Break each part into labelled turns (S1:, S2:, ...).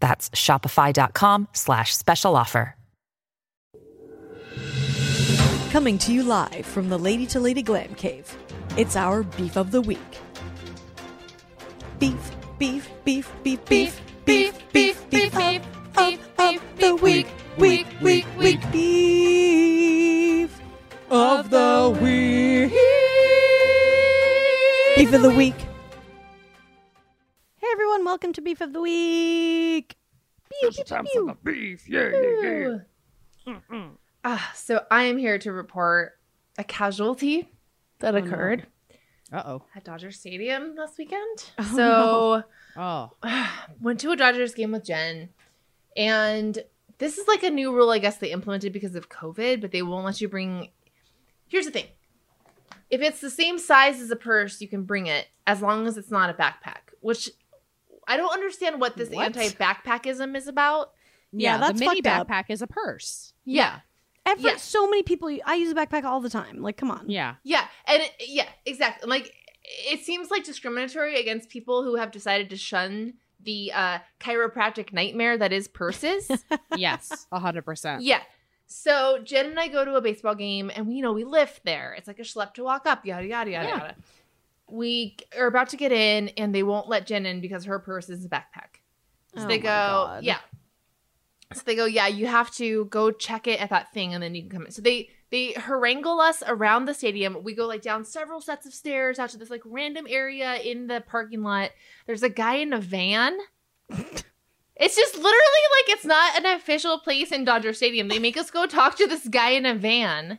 S1: That's shopify.com slash special offer.
S2: Coming to you live from the Lady to Lady Glam Cave, it's our Beef of the Week. Beef, beef, beef, beef, beef, beef, beef, beef, beef, beef, of the week, week, week, week, beef of the week. Beef of the week.
S3: Hey everyone, welcome to Beef of the Week.
S4: It's time for the beef. Yeah, yeah, yeah.
S5: Ah, so I am here to report a casualty that occurred
S3: Uh oh.
S5: at Dodger Stadium last weekend.
S3: Oh,
S5: so
S3: Oh.
S5: went to a Dodgers game with Jen, and this is like a new rule I guess they implemented because of COVID, but they won't let you bring. Here's the thing: if it's the same size as a purse, you can bring it as long as it's not a backpack. Which I don't understand what this
S3: What?
S5: anti-backpackism is about.
S3: Yeah,
S6: Yeah,
S3: that's
S6: the mini
S3: fucked up.
S6: backpack is a purse.
S5: Yeah,
S3: Every,
S5: Yeah.
S3: So many people, I use a backpack all the time. Like, come on.
S6: Yeah.
S5: Yeah, and it, yeah, exactly. Like it seems like discriminatory against people who have decided to shun the uh, chiropractic nightmare that is purses.
S6: Yes. A hundred percent.
S5: yeah. So Jen and I go to a baseball game, and we you know we lift there. It's like a schlep to walk up. Yada yada yada
S6: Yeah.
S5: yada. We are about to get in, and they won't let Jen in because her purse is a backpack. So
S3: Oh
S5: they
S3: my
S5: go,
S3: God.
S5: yeah. So they go, yeah. You have to go check it at that thing, and then you can come in. So they they harangle us around the stadium. We go like down several sets of stairs out to this like random area in the parking lot. There's a guy in a van. it's just literally like it's not an official place in Dodger Stadium. They make us go talk to this guy in a van,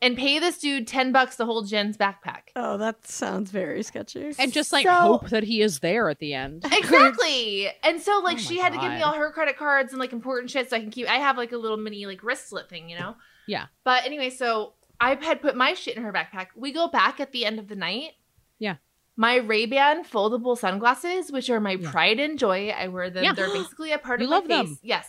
S5: and pay this dude ten bucks to hold Jen's backpack.
S3: Oh, that sounds very sketchy.
S6: And just like
S5: So-
S6: hope that he is there at the end.
S5: Exactly. And so like
S6: Oh my
S5: she had to give me
S6: God.
S5: all her credit cards and like important shit so I can keep I have like a little mini like wristlet thing, you know?
S6: Yeah.
S5: But anyway, so I had put my shit in her backpack. We go back at the end of the night.
S6: Yeah.
S5: My Ray-Ban foldable sunglasses, which are my
S6: Yeah.
S5: pride and joy. I wear them.
S6: Yeah.
S5: They're basically a part
S6: You
S5: of my
S6: love them.
S5: face. Yes.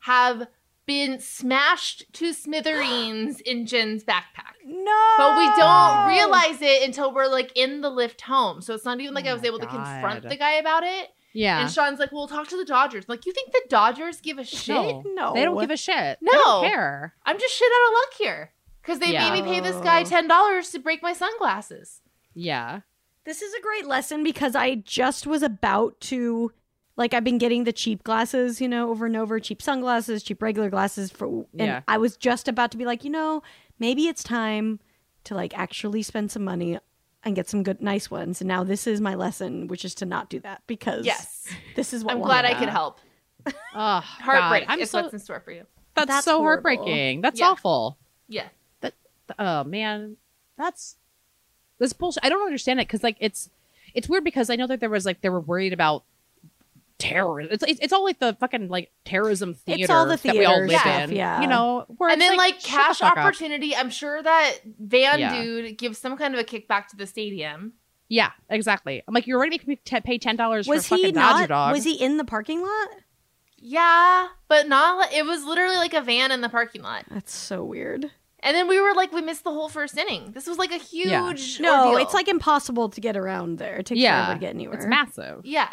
S5: Have been smashed to smithereens in Jen's backpack.
S3: no.
S5: But we
S6: Oh.
S5: don't realize it until we're like in the lift home. So it's not even like
S6: Oh
S5: I was
S6: my
S5: able to confront
S6: God.
S5: the guy about it.
S6: Yeah.
S5: And Sean's like, "Well, talk to the Dodgers." I'm like, you think the Dodgers give a shit?
S6: No.
S3: No.
S6: They don't give a shit. They
S5: No.
S6: don't care.
S5: I'm just shit out of luck here because they
S6: Yeah.
S5: made me pay this guy
S3: Oh.
S5: ten dollars to break my sunglasses.
S6: Yeah.
S3: This is a great lesson because I just was about to, like, I've been getting the cheap glasses, you know, over and over, cheap sunglasses, cheap regular glasses for, and
S6: Yeah.
S3: I was just about to be like, you know, maybe it's time to like actually spend some money and get some good, nice ones. And now this is my lesson, which is to not do that because
S5: Yes,
S3: this is what
S5: I'm
S3: will
S5: glad I
S3: happen.
S5: could help.
S6: Oh,
S5: Heartbreak
S6: God. I'm
S5: is
S6: so
S5: what's in store for you.
S6: that's,
S3: That's
S6: so
S3: horrible.
S6: heartbreaking. That's
S5: Yeah.
S6: awful.
S5: Yeah,
S6: oh man, that's that's bullshit. I don't understand it because like it's it's weird because I know that there was like they were worried about terrorism. It's, it's it's all like the fucking like terrorism theater.
S3: all the
S6: that we all
S3: theater
S6: live
S5: stuff,
S6: in.
S3: yeah.
S6: you know. where
S5: and
S6: it's
S5: then like,
S6: shut the
S5: cash
S6: fuck up.
S5: opportunity. I'm sure that van
S6: Yeah.
S5: dude gives some kind of a kickback to the stadium.
S6: Yeah, exactly. I'm like, you're already making me t- pay ten dollars for a
S3: Was he
S6: fucking
S3: not?
S6: Dodger dog.
S3: Was he in the parking lot?
S5: Yeah, but not. li- It was literally like a van in the parking lot.
S3: That's so weird.
S5: And then we were like, we missed the whole first inning. This was like a huge
S3: No,
S5: ordeal.
S3: it's like impossible to get around there. It takes
S6: Yeah.
S3: forever to get anywhere.
S6: it's massive.
S5: yeah,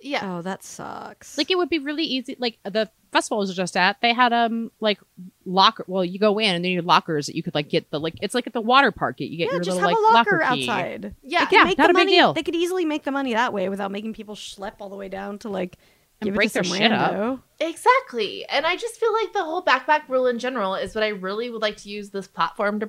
S5: yeah.
S3: Oh, that sucks.
S6: Like it would be really easy. Like the festival I was just at, they had um like locker. Well, you go in and then you have lockers that you could like get the like. It's like at the water park. You get
S3: yeah,
S6: your
S3: just
S6: little like
S3: have a locker,
S6: key.
S3: outside.
S5: Yeah.
S3: They could
S6: Yeah,
S3: make
S6: not a
S3: the
S6: big
S3: money,
S6: deal.
S3: They could easily make the money that way without making people schlep all the way down to like
S6: And
S3: give it
S6: break
S3: to
S6: their
S3: some
S6: shit up.
S3: rando.
S5: Exactly. And I just feel like the whole backpack rule in general is what I really would like to use this platform to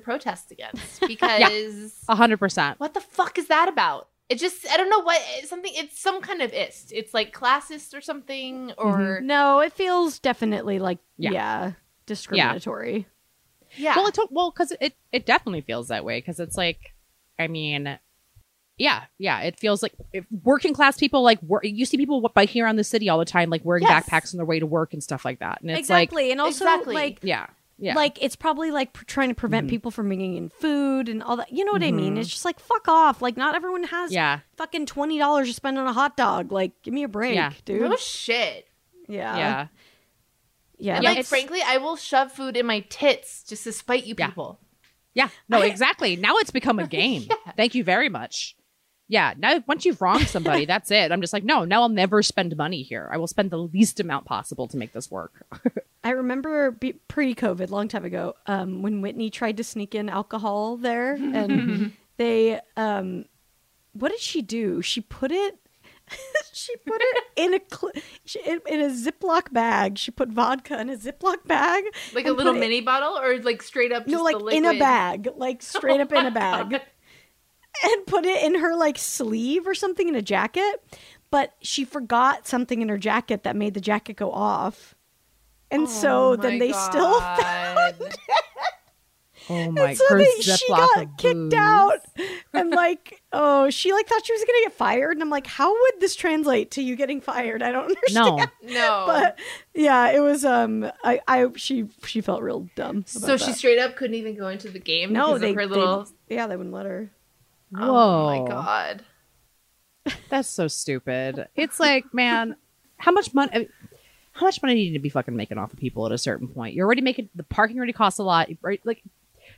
S5: protest against because
S6: A hundred percent.
S5: what the fuck is that about? It just I don't know what it's something it's some kind of ist. It's like classist or something or
S3: No, it feels definitely like yeah,
S6: Yeah.
S3: discriminatory.
S5: yeah.
S6: Well, it to- well because it it definitely feels that way because it's like, I mean, yeah, yeah. It feels like if working class people like wor- you see people wa- biking around the city all the time, like wearing
S5: Yes.
S6: backpacks on their way to work and stuff like that. And it's
S3: exactly. and also
S5: Exactly.
S3: like
S6: like, yeah, yeah,
S3: like it's probably like pr- trying to prevent
S6: Mhm.
S3: people from bringing in food and all that. You know what I mean?
S6: Mhm.
S3: It's just like fuck off. Like not everyone has
S6: yeah,
S3: fucking twenty dollars to spend on a hot dog. Like give me a break,
S6: Yeah.
S3: dude.
S5: No shit.
S3: yeah, yeah,
S6: yeah.
S3: yeah.
S5: And
S6: Yeah,
S5: like,
S6: it's-
S5: frankly, I will shove food in my tits just to spite you
S6: Yeah.
S5: people.
S6: Yeah, no, exactly. Now it's become a game. Thank you very much. Yeah, now once you've wronged somebody, that's it. I'm just like, no, now I'll never spend money here. I will spend the least amount possible to make this work.
S3: I remember be- pre-COVID, long time ago, um, when Whitney tried to sneak in alcohol there, and they, um, what did she do? She put it, she put it in a cl- she, in, in a Ziploc bag. She put vodka in a Ziploc bag,
S5: Like
S3: and
S5: a little
S3: put it-
S5: mini bottle or like straight up just
S3: no,
S5: the
S3: like in
S5: liquid. Oh
S3: a bag, like straight up in a bag, and put it in her like sleeve or something in a jacket. But she forgot something in her jacket that made the jacket go off. And
S5: Oh
S3: so then they still
S5: still
S6: Oh my!
S3: and so
S6: her
S3: they, she
S6: Ziploc
S3: got kicked
S6: booze.
S3: out and like oh she like thought she was gonna get fired and i'm like how would this translate to you getting fired i don't understand
S6: No,
S5: No.
S3: but yeah it was um i i she she felt real dumb
S5: so
S3: about
S5: she
S3: that.
S5: straight up couldn't even go into the game
S3: no
S5: because
S3: they,
S5: of her
S3: they-
S5: little
S3: yeah they wouldn't let her
S6: whoa!
S5: Oh my god.
S6: That's so stupid. It's like, man, how much money? I mean, how much money do you need to be fucking making off of people at a certain point? You're already making the parking already costs a lot, right? Like,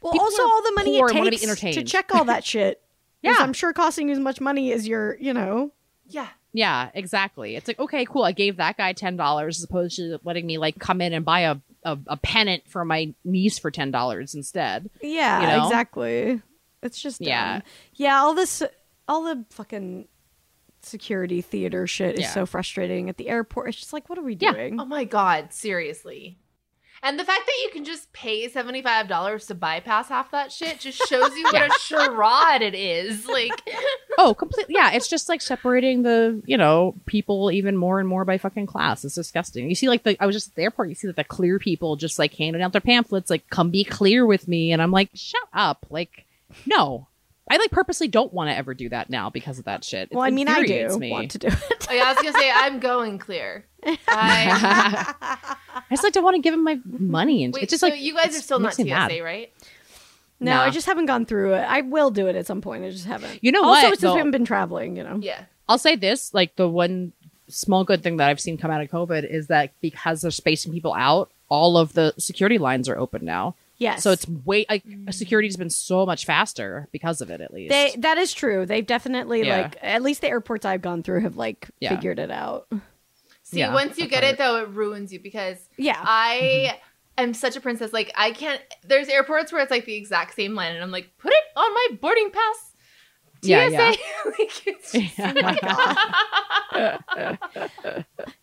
S3: well
S6: People
S3: also
S6: are
S3: all the money
S6: poor
S3: it
S6: and wanna be
S3: takes to
S6: entertained.
S3: check all that shit
S6: Yeah.
S3: is, i'm sure costing you as much money as your you know
S5: Yeah.
S6: yeah, exactly. It's like, okay, cool. I gave that guy ten dollars as opposed to letting me like come in and buy a a, a pennant for my niece for ten dollars instead.
S3: Yeah,
S6: You know?
S3: exactly. It's just
S6: Yeah.
S3: yeah, yeah. All this, all the fucking security theater shit is
S6: Yeah.
S3: so frustrating at the airport. It's just like, what are we
S6: Yeah.
S3: doing?
S5: Oh my god, seriously. And the fact that you can just pay $75 to bypass half that shit just shows you what a charade it is. Like
S6: Oh, completely. Yeah, it's just like separating the you know people even more and more by fucking class. It's disgusting. You see, like the I was just at the airport. You see that the clear people just like handing out their pamphlets, like "Come be clear with me," and I'm like, "Shut up!" Like, no, I like purposely don't want to ever do that now because of that shit. It
S3: well, I mean, I
S6: infuriates
S3: do
S6: Me.
S3: want to do it.
S5: Oh, yeah, I was gonna say I'm going clear. I,
S6: I just like don't want to give him my money, and
S5: wait,
S6: it's just
S5: so
S6: like
S5: you guys
S6: it's-
S5: are still
S6: it
S5: not
S6: makes me
S5: TSA,
S6: mad.
S5: right?
S3: No,
S6: Nah.
S3: I just haven't gone through it. I will do it at some point. I just haven't.
S6: You know
S3: also,
S6: what,
S3: since we
S6: though-
S3: haven't been traveling, you know.
S5: Yeah.
S6: I'll say this: like the one small good thing that I've seen come out of COVID is that because they're spacing people out, all of the security lines are open now.
S3: Yes.
S6: So it's way like security's been so much faster because of it at least.
S3: they. That is true. They've definitely
S6: Yeah.
S3: like at least the airports I've gone through have like
S6: Yeah.
S3: figured it out.
S5: See,
S6: Yeah,
S5: once you
S6: that
S5: get
S6: part.
S5: it though, it ruins you because
S3: Yeah.
S5: I
S6: Mm-hmm.
S5: am such a princess. Like I can't. There's airports where it's like the exact same line, and I'm like, put it on my boarding pass. TSA.
S6: Yeah, yeah. Mm.
S5: like, it's just-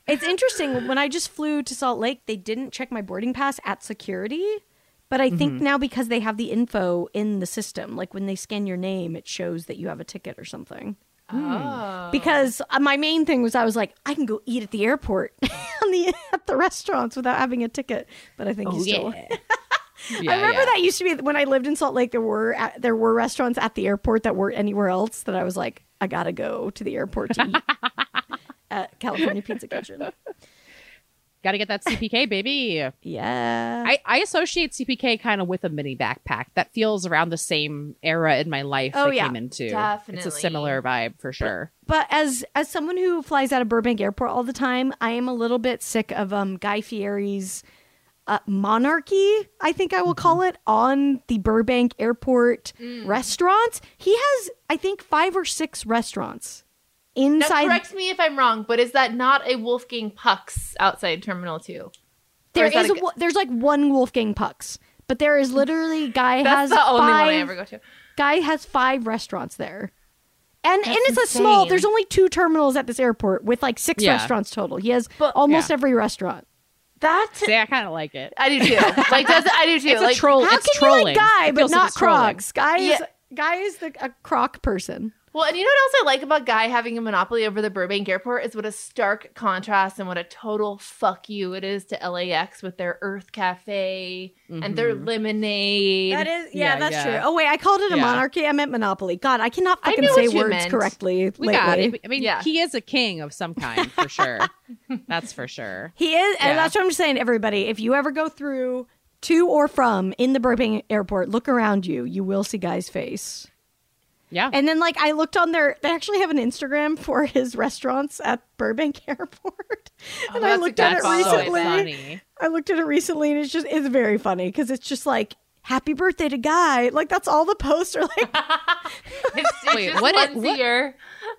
S3: It's interesting. When I just flew to Salt Lake, they didn't check my boarding pass at security. But I think now because they have the info in the system, like when they scan your name, it shows that you have a ticket or something.
S5: Oh.
S3: Because uh, my main thing was I was like, I can go eat at the airport, on the at the restaurants without having a ticket. But I think
S6: Oh,
S3: you still. I remember that used to be when I lived in Salt Lake. There were at, there were restaurants at the airport that weren't anywhere else. That I was like, I gotta go to the airport to eat at California Pizza Kitchen.
S6: Gotta get that CPK, baby.
S3: Yeah.
S6: I, I associate CPK kind of with a mini backpack that feels around the same era in my life
S3: Oh,
S6: I
S3: yeah.
S6: came into.
S5: Definitely.
S6: It's a similar vibe for sure.
S3: But as as someone who flies out of Burbank Airport all the time, I am a little bit sick of um, Guy Fieri's uh, monarchy. I think I will call
S5: Mm-hmm.
S3: it on the Burbank Airport
S5: Mm.
S3: restaurants. He has, I think, five or six restaurants
S5: Now,
S3: inside.
S5: correct me if I'm wrong, but is that not a Wolfgang Puck's outside Terminal Two?
S3: There
S5: Or is that
S3: is
S5: a
S3: a, wo- there's like one Wolfgang Pucks, but there is literally Guy has
S5: That's the only
S3: five,
S5: one I ever go to.
S3: Guy has five restaurants there. And, and
S5: That's
S3: it's a small.
S5: insane.
S3: There's only two terminals at this airport with like six
S6: Yeah.
S3: restaurants total. He has
S5: But-
S3: almost
S6: Yeah.
S3: every restaurant.
S5: That
S6: See, I kind of like it.
S5: I do too. Like does I do too.
S6: It's
S5: like
S6: a troll.
S3: How
S6: it's
S3: can
S6: trolling.
S3: you like Guy
S6: It
S3: but
S6: feels like
S3: not
S6: it's trolling.
S3: Crocs? Guy is
S5: Yeah.
S3: Guy is the a Croc person.
S5: Well, and you know what else I like about Guy having a monopoly over the Burbank airport is what a stark contrast and what a total fuck you it is to LAX with their Earth Cafe and their
S3: Mm-hmm.
S6: Mhm.
S5: lemonade.
S3: That is, yeah,
S6: Yeah,
S3: that's
S6: yeah.
S3: true. Oh wait, I called it a
S6: Yeah.
S3: monarchy. I meant monopoly. God, I cannot
S5: I
S3: fucking
S5: knew
S3: say
S5: what you
S3: words
S5: meant.
S3: correctly
S6: We
S3: lately.
S6: got it. I mean,
S5: Yeah.
S6: he is a king of some kind for sure. That's for sure.
S3: He is,
S6: Yeah.
S3: and that's what I'm saying. Everybody, if you ever go through to or from in the Burbank airport, look around you. You will see Guy's face.
S6: Yeah.
S3: And then, like, I looked on their. They actually have an Instagram for his restaurants at Burbank Airport.
S5: Oh,
S3: and I
S5: that's a
S3: looked
S5: good
S3: at it
S5: follow. That's so
S3: recently.
S6: funny.
S3: I looked at it recently, and it's just it's very funny because it's just like "Happy birthday to Guy." Like that's all the posts are like.
S5: It's, it's
S6: Wait,
S5: just
S6: what-
S5: once
S6: what-
S5: a year.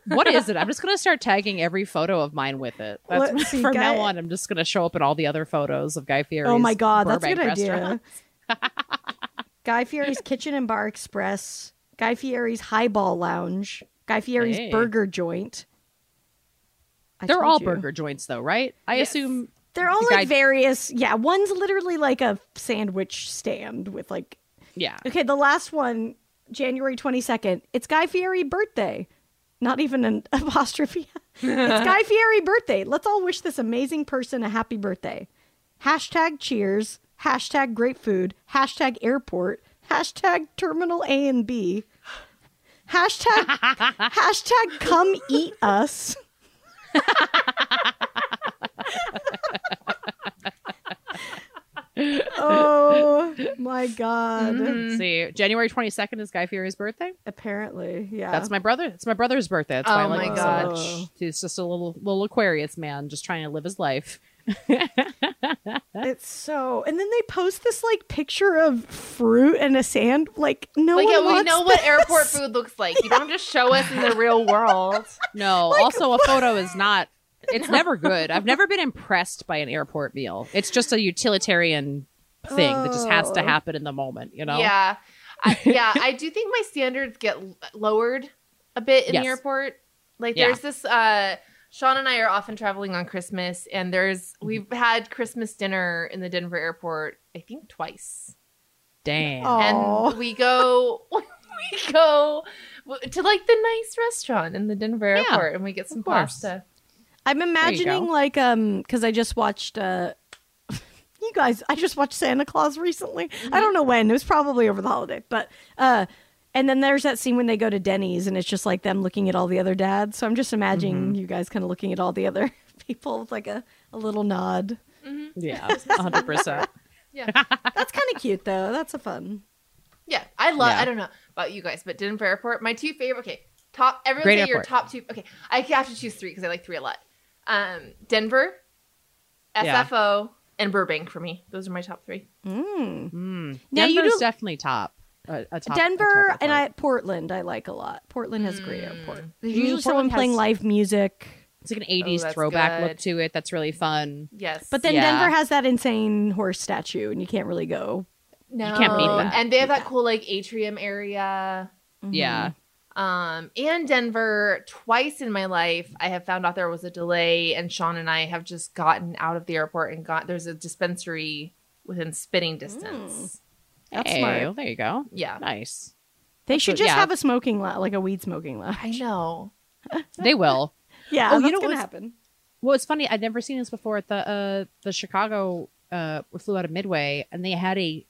S6: What is it? I'm just gonna start tagging every photo of mine with it. That's
S3: Let's see,
S6: from
S3: Guy-
S6: now on. I'm just gonna show up in all the other photos of Guy Fieri.
S3: Oh my god,
S6: Burbank
S3: that's a good
S6: restaurant.
S3: idea. Guy Fieri's Kitchen and Bar Express, Guy Fieri's Highball Lounge, Guy Fieri's
S6: Hey.
S3: Burger Joint. I
S6: They're
S3: told
S6: all
S3: you.
S6: burger joints, though, right? I
S5: Yes.
S6: assume.
S3: They're all
S6: Guy-
S3: like various. Yeah, one's literally like a sandwich stand with like.
S6: Yeah.
S3: Okay, the last one, January twenty second. It's Guy Fieri birthday. Not even an apostrophe. it's Guy Fieri birthday. Let's all wish this amazing person a happy birthday. Hashtag cheers. Hashtag great food. Hashtag airport. Hashtag terminal A and B. Hashtag hashtag come eat us. oh my god.
S6: Mm-hmm.
S5: Mhm.
S6: See, January 22nd is Guy Fieri's birthday.
S3: Apparently, yeah.
S6: That's my brother. It's my brother's birthday. That's why I
S5: Oh
S6: like
S5: my
S6: him
S5: God.
S6: so much. He's just a little little Aquarius man, just trying to live his life.
S3: It's so, and then they post this like picture of fruit and a sand. Like no
S5: like,
S3: one
S5: yeah, we
S3: wants
S5: know
S3: that.
S5: what airport food looks like. You don't just show us in the real world.
S6: No, also a photo is not. It's never good. I've never been impressed by an airport meal. It's just a utilitarian thing that just has to
S3: Oh.
S6: happen in the moment. You know.
S5: Yeah. I, yeah, I do think my standards get l- lowered a bit in
S6: Yes.
S5: the airport. Like
S6: Yeah.
S5: there's this uh Sean and I are often traveling on Christmas and there's
S6: Mm-hmm.
S5: we've had Christmas dinner in the Denver airport I think twice.
S6: Damn.
S3: Oh. Aw.
S5: And we go we go w- to like the nice restaurant in the Denver
S6: Yeah,
S5: airport and we get some
S6: course.
S5: pasta.
S3: I'm imagining
S6: go.
S3: like um because I just watched uh you guys I just watched Santa Claus recently.
S5: Mm-hmm.
S3: I don't know when it was probably over the holiday, but uh and then there's that scene when they go to Denny's and it's just like them looking at all the other dads. So I'm just imagining
S5: Mm-hmm.
S3: you guys kind of looking at all the other people with like a, a little nod.
S6: Yeah. 100. percent
S5: Yeah.
S3: That's kind of cute though. That's a fun.
S5: Yeah, I love.
S6: Yeah.
S5: I don't know about you guys, but Denver Airport, my two favorite. Okay, top. Everyone
S6: Great
S5: say your
S6: airport.
S5: top two. Okay, I have to choose three because I like three a lot. Um, Denver,
S6: Yeah.
S5: SFO, and Burbank for me. Those are my top three.
S3: Mm.
S6: Mm.
S3: Now, you
S6: Denver's
S3: don't-
S6: definitely top. A, a top a
S3: Denver
S6: top airport.
S3: and I Portland I like a lot. Portland has a great airport. There's
S6: Ooh,
S3: usually someone
S6: Portland
S3: playing
S6: Hmm. has-
S3: live music.
S6: It's like an 80s
S3: Oh,
S5: that's
S6: throwback
S5: good.
S6: look to it. That's really fun.
S5: Yes,
S3: But then
S6: Yeah.
S3: Denver has that insane horse statue and you can't really go.
S5: no,
S6: can't beat that.
S5: And they have that cool like atrium area.
S3: Mm-hmm.
S6: Yeah.
S5: Um, and Denver twice in my life, I have found out there was a delay, and Sean and I have just gotten out of the airport and got there's a dispensary within spitting distance.
S3: That's
S6: hey,
S3: smart.
S6: well, there you go.
S5: Yeah,
S6: Nice.
S3: They
S6: That's
S3: should
S6: what-
S3: just
S6: yeah.
S3: have a smoking lounge, like a weed smoking lounge.
S5: I know.
S6: They will.
S3: Yeah,
S6: Oh, you
S3: that's
S6: know
S3: gonna
S6: what's-
S3: happen.
S6: Well, it's funny. I'd never seen this before at the uh, the Chicago. Uh, we flew out of Midway, and they had a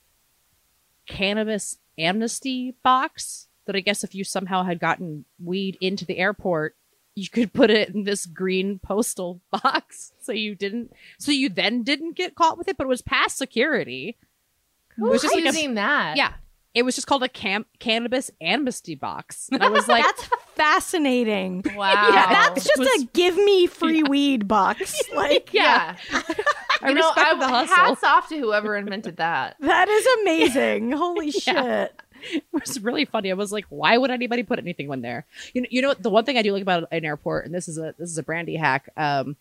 S6: cannabis amnesty box that I guess if you somehow had gotten weed into the airport, you could put it in this green postal box, so you didn't. So you then didn't get caught with it, but it was past security.
S5: Who
S6: was just like a-
S5: using that?
S6: Yeah, it was just called a cam- cannabis amnesty box. And I was like,
S3: that's fascinating.
S5: Wow.
S3: Yeah, that's just
S6: Was-
S3: a give me free weed box. Like
S5: yeah.
S6: I
S5: You know,
S6: respect
S5: I-
S6: the hustle.
S5: Hats off to whoever invented that.
S3: that is amazing. Holy shit.
S6: It was really funny. I was like, why would anybody put anything in there? You know, you know what- the one thing I do like about an airport, and this is a this is a brandy hack. Um,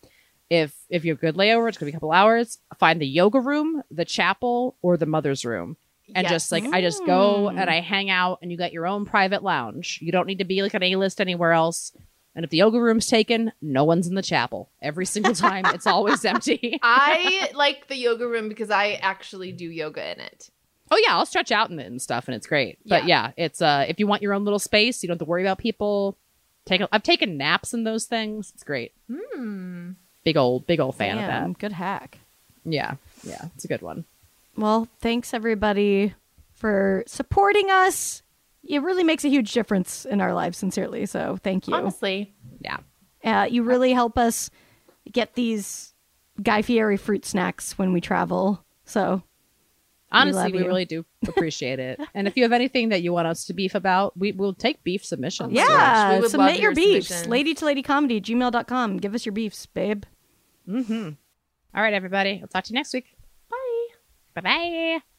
S6: if if you have good layover, it's gonna be a couple hours. Find the yoga room, the chapel, or the mother's room, and
S5: Yes.
S6: just like I just go and I hang out, and you got your own private lounge. You don't need to be like an A list anywhere else. And if the yoga room's taken, no one's in the chapel. Every single time, it's always empty.
S5: I like the yoga room because I actually do yoga in it.
S6: Oh yeah, I'll stretch out in it and stuff, and it's great. But yeah, it's uh, if you want your own little space, you don't have to worry about people. Take a, I've taken naps in those things. It's great.
S5: Hmm.
S6: Big old, big old fan
S3: Damn,
S6: of
S3: Good hack.
S6: that. Yeah, yeah, it's a good one.
S3: Well, thanks everybody for supporting us. It really makes a huge difference in our lives, sincerely. So thank you.
S5: Honestly,
S6: Yeah,
S3: Uh, you really help us get these Guy Fieri fruit snacks when we travel. So
S6: honestly,
S3: love
S6: we,
S3: you.
S6: really do appreciate it. and if you have anything that you want us to beef about, we will take beef submissions.
S5: Oh my gosh.
S3: yeah,
S5: We would
S3: submit
S5: love
S3: your,
S5: your
S3: beefs.
S5: submissions.
S3: Lady to lady comedy, gmail.com. Give us your beefs, babe.
S6: Mm-hmm. All right, everybody. I'll talk to you next week. Bye. Bye bye.